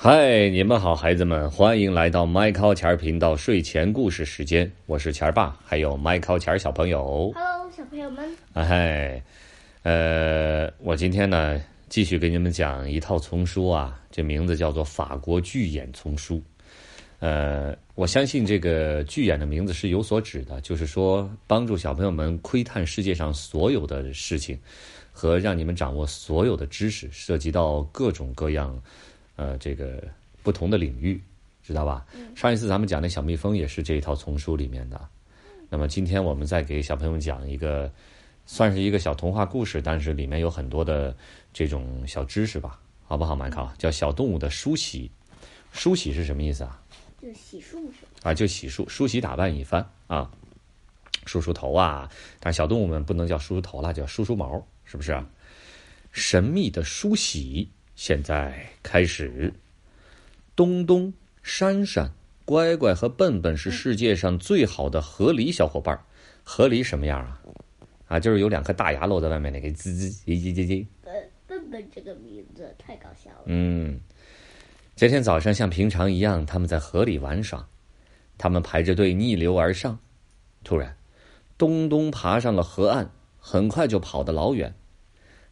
嗨，你们好，孩子们，欢迎来到麦考钱儿频道睡前故事时间，我是钱儿爸，还有麦考钱儿小朋友。 Hello，小朋友们，哎，呃，我今天呢继续给你们讲一套丛书啊，这名字叫做《法国巨眼丛书》。呃，我相信这个巨眼的名字是有所指的，就是说帮助小朋友们窥探世界上所有的事情，和让你们掌握所有的知识，涉及到各种各样，呃，这个不同的领域，知道吧？上一次咱们讲那小蜜蜂也是这一套丛书里面的。那么今天我们再给小朋友们讲一个，算是一个小童话故事，但是里面有很多的这种小知识吧，好不好，麦考？叫《小动物的梳洗》，梳洗是什么意思啊？就是洗漱是吧？啊，就洗漱、梳洗、打扮一番啊，梳梳头啊。但是小动物们不能叫梳梳头了，叫梳梳毛，是不是、啊？神秘的梳洗现在开始。东东、珊珊、乖乖和笨笨是世界上最好的河狸小伙伴儿。河狸什么样啊？啊，就是有两颗大牙露在外面那个滋滋叽叽叽叽。笨呃笨笨这个名字太搞笑了。嗯，这天早上像平常一样，他们在河里玩耍，他们排着队逆流而上。突然，东东爬上了河岸，很快就跑得老远。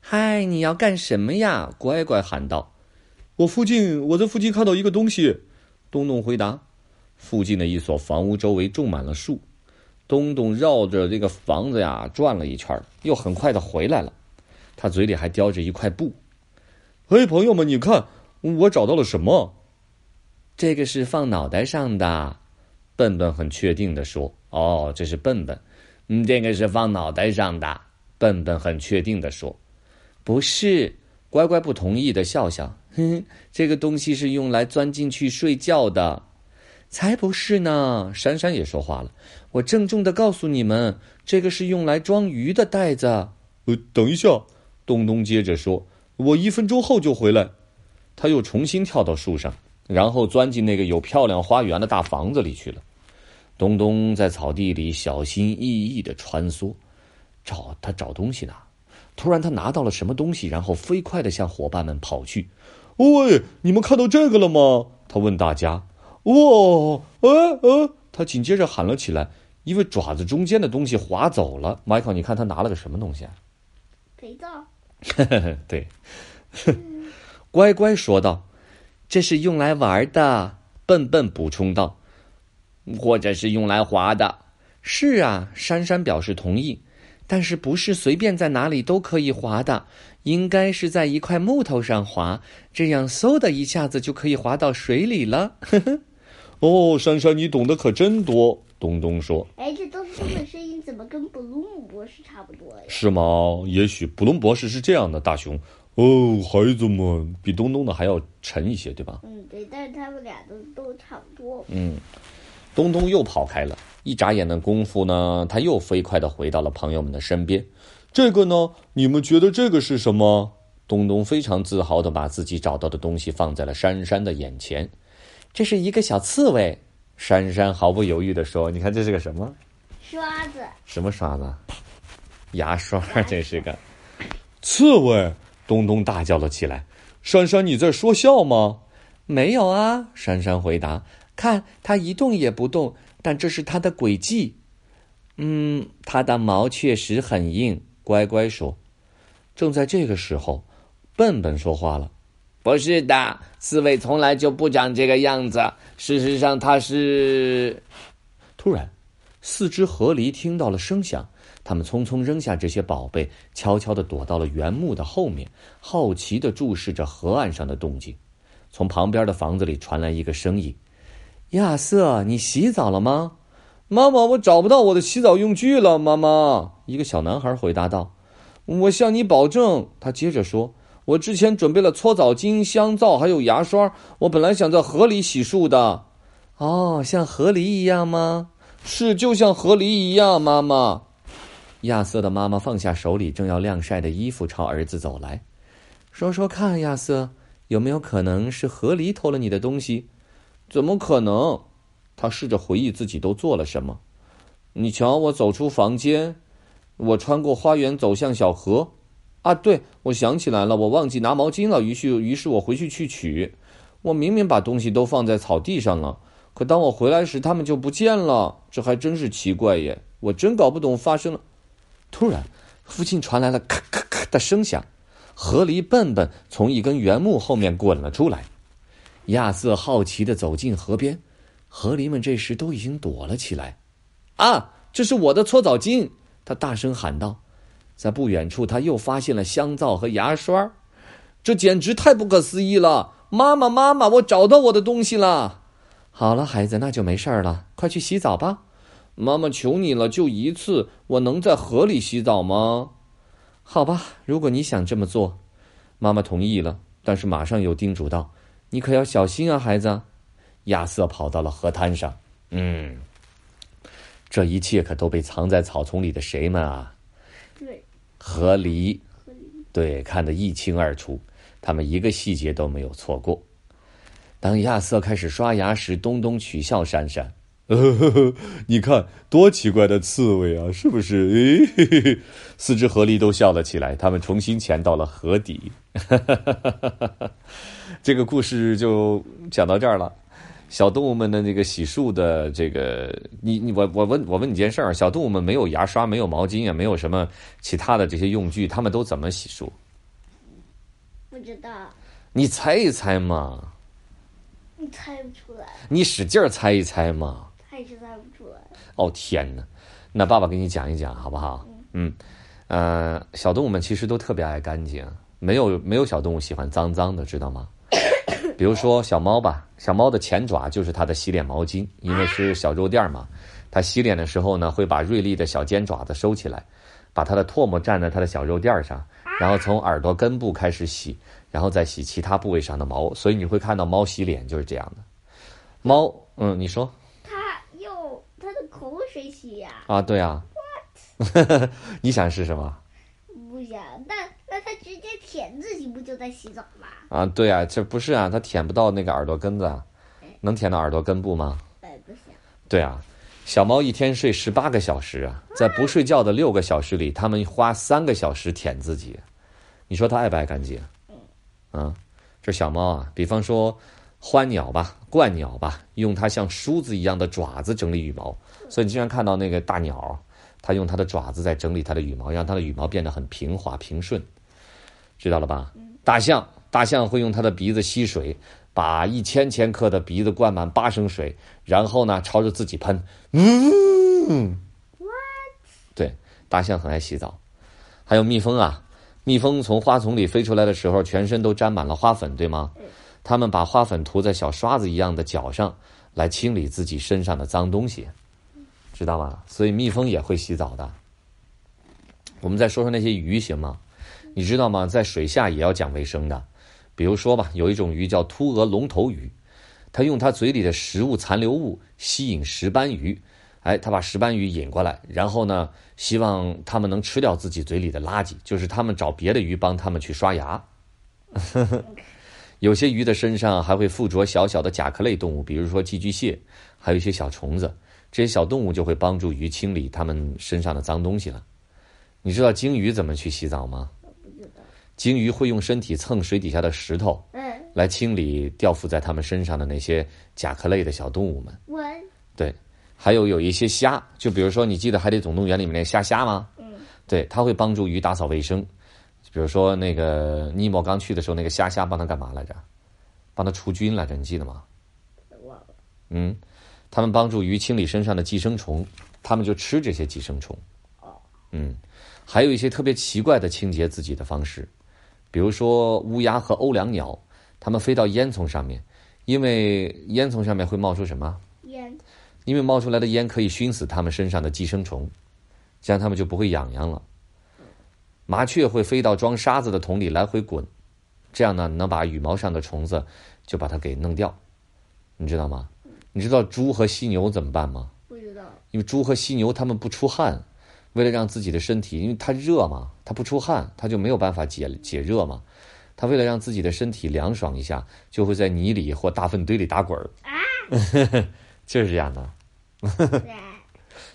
嗨，你要干什么呀？乖乖喊道。我附近，我在附近看到一个东西。东东回答。附近的一所房屋周围种满了树。东东绕着这个房子呀转了一圈儿，又很快的回来了。他嘴里还叼着一块布。嘿，朋友们，你看我找到了什么？这个是放脑袋上的，笨笨很确定的说：“哦，这是笨笨。”嗯，这个是放脑袋上的，笨笨很确定的说：“不是。”乖乖不同意的笑笑：“哼哼，这个东西是用来钻进去睡觉的。”才不是呢！珊珊也说话了：“我郑重的告诉你们，这个是用来装鱼的袋子。”呃，等一下，东东接着说：“我一分钟后就回来。”他又重新跳到树上，然后钻进那个有漂亮花园的大房子里去了。东东在草地里小心翼翼的穿梭，找他找东西呢。突然，他拿到了什么东西，然后飞快的向伙伴们跑去。喂，你们看到这个了吗？他问大家。哇，哎哎！他紧接着喊了起来，因为爪子中间的东西滑走了。迈克，你看他拿了个什么东西啊？肥皂， 对，乖乖说道：“这是用来玩的。”笨笨补充道：“或者是用来滑的。”是啊，珊珊表示同意，但是不是随便在哪里都可以滑的，应该是在一块木头上滑，这样嗖的一下子就可以滑到水里了。 哦，珊珊，你懂得可真多。东东说：“哎，这东东的声音怎么跟布鲁姆博士差不多呀？是吗？也许布隆博士是这样的，大熊。哦，孩子们，比东东的还要沉一些，对吧？嗯，对，但是他们俩都都差不多。东东又跑开了，一眨眼的功夫呢，他又飞快地回到了朋友们的身边。这个呢，你们觉得这个是什么？东东非常自豪地把自己找到的东西放在了珊珊的眼前。这是一个小刺猬，珊珊毫不犹豫地说：“你看这是个什么？刷子，什么刷子？牙刷， 这是个刺猬！东东大叫了起来：“珊珊，你在说笑吗？”“没有啊。”珊珊回答。“看，它一动也不动，但这是它的轨迹。”“嗯，它的毛确实很硬。”乖乖说。正在这个时候，笨笨说话了：“不是的，刺猬从来就不长这个样子。事实上，它是……”突然，四只河狸听到了声响，它们匆匆扔下这些宝贝，悄悄地躲到了原木的后面，好奇地注视着河岸上的动静。从旁边的房子里传来一个声音：“亚瑟，你洗澡了吗？”“妈妈，我找不到我的洗澡用具了。”妈妈，一个小男孩回答道。“我向你保证。”他接着说。我之前准备了搓澡巾、香皂，还有牙刷。我本来想在河里洗漱的。哦，像河狸一样吗？是，就像河狸一样，妈妈。亚瑟的妈妈放下手里正要晾晒的衣服，朝儿子走来，说：“说看，亚瑟，有没有可能是河狸偷了你的东西？”“怎么可能？”他试着回忆自己都做了什么。你瞧，我走出房间，我穿过花园，走向小河。啊，对，我想起来了，我忘记拿毛巾了，于是于是我回去去取。我明明把东西都放在草地上了，可当我回来时，它们就不见了。这还真是奇怪耶！我真搞不懂发生了。突然，附近传来了咔咔咔的声响，河狸笨笨从一根原木后面滚了出来。亚瑟好奇地走进河边，河狸们这时都已经躲了起来。啊，这是我的搓澡巾！他大声喊道。在不远处，他又发现了香皂和牙刷，这简直太不可思议了！妈妈，妈妈，我找到我的东西了！好了，孩子，那就没事儿了，快去洗澡吧。妈妈，求你了，就一次，我能在河里洗澡吗？好吧，如果你想这么做，妈妈同意了，但是马上又叮嘱道：“你可要小心啊，孩子。”亚瑟跑到了河滩上，嗯，这一切可都被藏在草丛里的谁们啊？对，河狸，对，看得一清二楚，他们一个细节都没有错过。当亚瑟开始刷牙时，东东取笑珊珊：“ 你看，多奇怪的刺猬啊，是不是？” 诶、嘿嘿嘿四只河狸都笑了起来，他们重新潜到了河底。 这个故事就讲到这儿了。小动物们的那个洗漱的这个，你你我我问我问你件事儿，啊小动物们没有牙刷，没有毛巾，也啊没有什么其他的这些用具，它们都怎么洗漱？不知道，你猜一猜嘛，你猜不出来，你使劲儿猜一猜嘛。还是猜不出来。哦天哪，那爸爸给你讲一讲好不好？嗯，呃，小动物们其实都特别爱干净，没有没有小动物喜欢脏脏的，知道吗？ 比如说小猫吧，小猫的前爪就是它的洗脸毛巾，因为是小肉垫儿嘛。它洗脸的时候呢，会把锐利的小尖爪子收起来，把它的唾沫蘸在它的小肉垫儿上，然后从耳朵根部开始洗，然后再洗其他部位上的毛。所以你会看到猫洗脸就是这样的。猫，嗯，你说他用他的口水洗牙，啊？对啊。 你想是什么？不想，那那他直接舔自己不就在洗澡吗？啊，对啊，这不是啊，它舔不到那个耳朵根子，啊，能舔到耳朵根部吗？哎，不想，对啊，小猫一天睡十八个小时啊，在不睡觉的六个小时里，它们花三个小时舔自己，你说它爱不爱干净？啊，这小猫啊，比方说欢鸟吧、鹳鸟吧，用它像梳子一样的爪子整理羽毛，所以你经常看到那个大鸟，它用它的爪子在整理它的羽毛，让它的羽毛变得很平滑平顺，知道了吧？大象，大象会用它的鼻子吸水，把一千千克的鼻子灌满八升水，然后呢，朝着自己喷，嗯，对，大象很爱洗澡，还有蜜蜂啊，蜜蜂从花丛里飞出来的时候，全身都沾满了花粉，对吗？它们把花粉涂在小刷子一样的脚上，来清理自己身上的脏东西，知道吗？所以蜜蜂也会洗澡的。我们再说说那些鱼行吗？你知道吗？在水下也要讲卫生的。比如说吧，有一种鱼叫秃额龙头鱼，它用它嘴里的食物残留物吸引石斑鱼，哎，它把石斑鱼引过来，然后呢，希望它们能吃掉自己嘴里的垃圾，就是它们找别的鱼帮它们去刷牙。 有些鱼的身上还会附着小小的甲壳类动物，比如说寄居蟹，还有一些小虫子。这些小动物就会帮助鱼清理它们身上的脏东西了。你知道鲸鱼怎么去洗澡吗？不知道。鲸鱼会用身体蹭水底下的石头，嗯，来清理掉附在它们身上的那些甲壳类的小动物们。我对，还有有一些虾，就比如说你记得《海底总动员》里面那虾虾吗？嗯，对，它会帮助鱼打扫卫生。比如说那个尼莫刚去的时候，那个虾虾帮他干嘛来着？帮他除菌来着，你记得吗？忘了。嗯，他们帮助鱼清理身上的寄生虫，他们就吃这些寄生虫。嗯，还有一些特别奇怪的清洁自己的方式，比如说乌鸦和欧良鸟，它们飞到烟囱上面，因为烟囱上面会冒出什么？烟，因为冒出来的烟可以熏死它们身上的寄生虫，这样它们就不会痒痒了。麻雀会飞到装沙子的桶里来回滚，这样呢能把羽毛上的虫子就把它给弄掉，你知道吗？你知道猪和犀牛怎么办吗？不 知道，因为猪和犀牛它们不出汗，为了让自己的身体，因为它热嘛，它不出汗，它就没有办法解解热嘛。它为了让自己的身体凉爽一下，就会在泥里或大粪堆里打滚儿。 啊，就是这样的。对，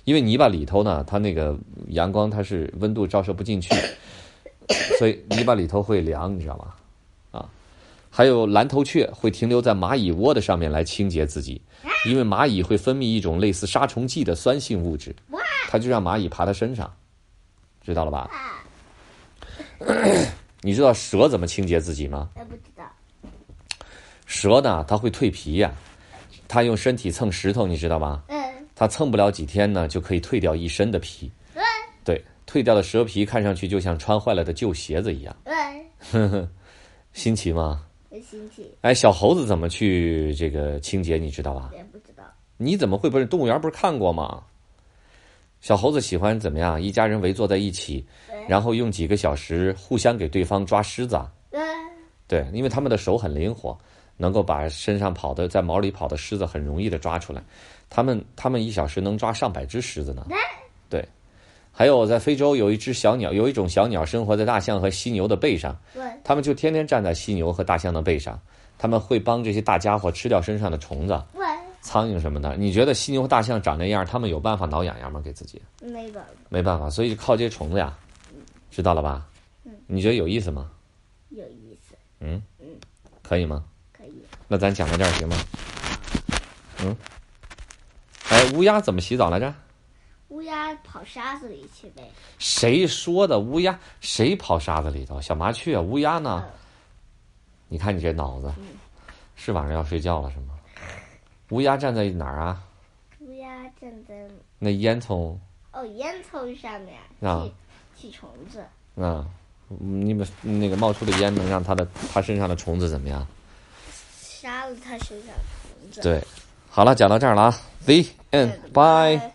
因为泥巴里头呢，它那个阳光它是温度照射不进去，所以泥巴里头会凉，你知道吗？啊，还有蓝头雀会停留在蚂蚁窝的上面来清洁自己，因为蚂蚁会分泌一种类似杀虫剂的酸性物质，它就让蚂蚁爬它身上，知道了吧？啊， 你知道蛇怎么清洁自己吗？我不知道，蛇呢，它会蜕皮呀、它用身体蹭石头，你知道吗？嗯，它蹭不了几天呢，就可以蜕掉一身的皮。嗯对，蜕掉的蛇皮看上去就像穿坏了的旧鞋子一样，嗯，新奇吗？很新奇，哎，小猴子怎么去这个清洁，你知道吧？也不知道，你怎么会不是？动物园不是看过吗？小猴子喜欢怎么样？一家人围坐在一起，嗯然后用几个小时互相给对方抓虱子啊。嗯对，因为他们的手很灵活，能够把身上跑的在毛里跑的虱子很容易的抓出来。他们他们一小时能抓上百只虱子呢。对，还有在非洲有一只小鸟，有一种小鸟生活在大象和犀牛的背上，嗯它们就天天站在犀牛和大象的背上，它们会帮这些大家伙吃掉身上的虫子。嗯，苍蝇什么的，你觉得犀牛、大象长那样，他们有办法挠痒痒吗？给自己没吧，没办法，所以就靠这些虫子呀，知道了吧？你觉得有意思吗？有意思，可以吗？可以，那咱讲到这儿行吗？嗯，哎，乌鸦怎么洗澡来着？乌鸦跑沙子里去呗，谁说的？乌鸦谁跑沙子里头？小麻雀、乌鸦呢？你看你这脑子，是晚上要睡觉了是吗？乌鸦站在哪儿啊？乌鸦站在那烟囱哦烟囱上面啊去去虫子，啊，你们那个冒出的烟能让它的它身上的虫子怎么样？杀了它身上的虫子。嗯对，好了，讲到这儿了啊，The end，bye。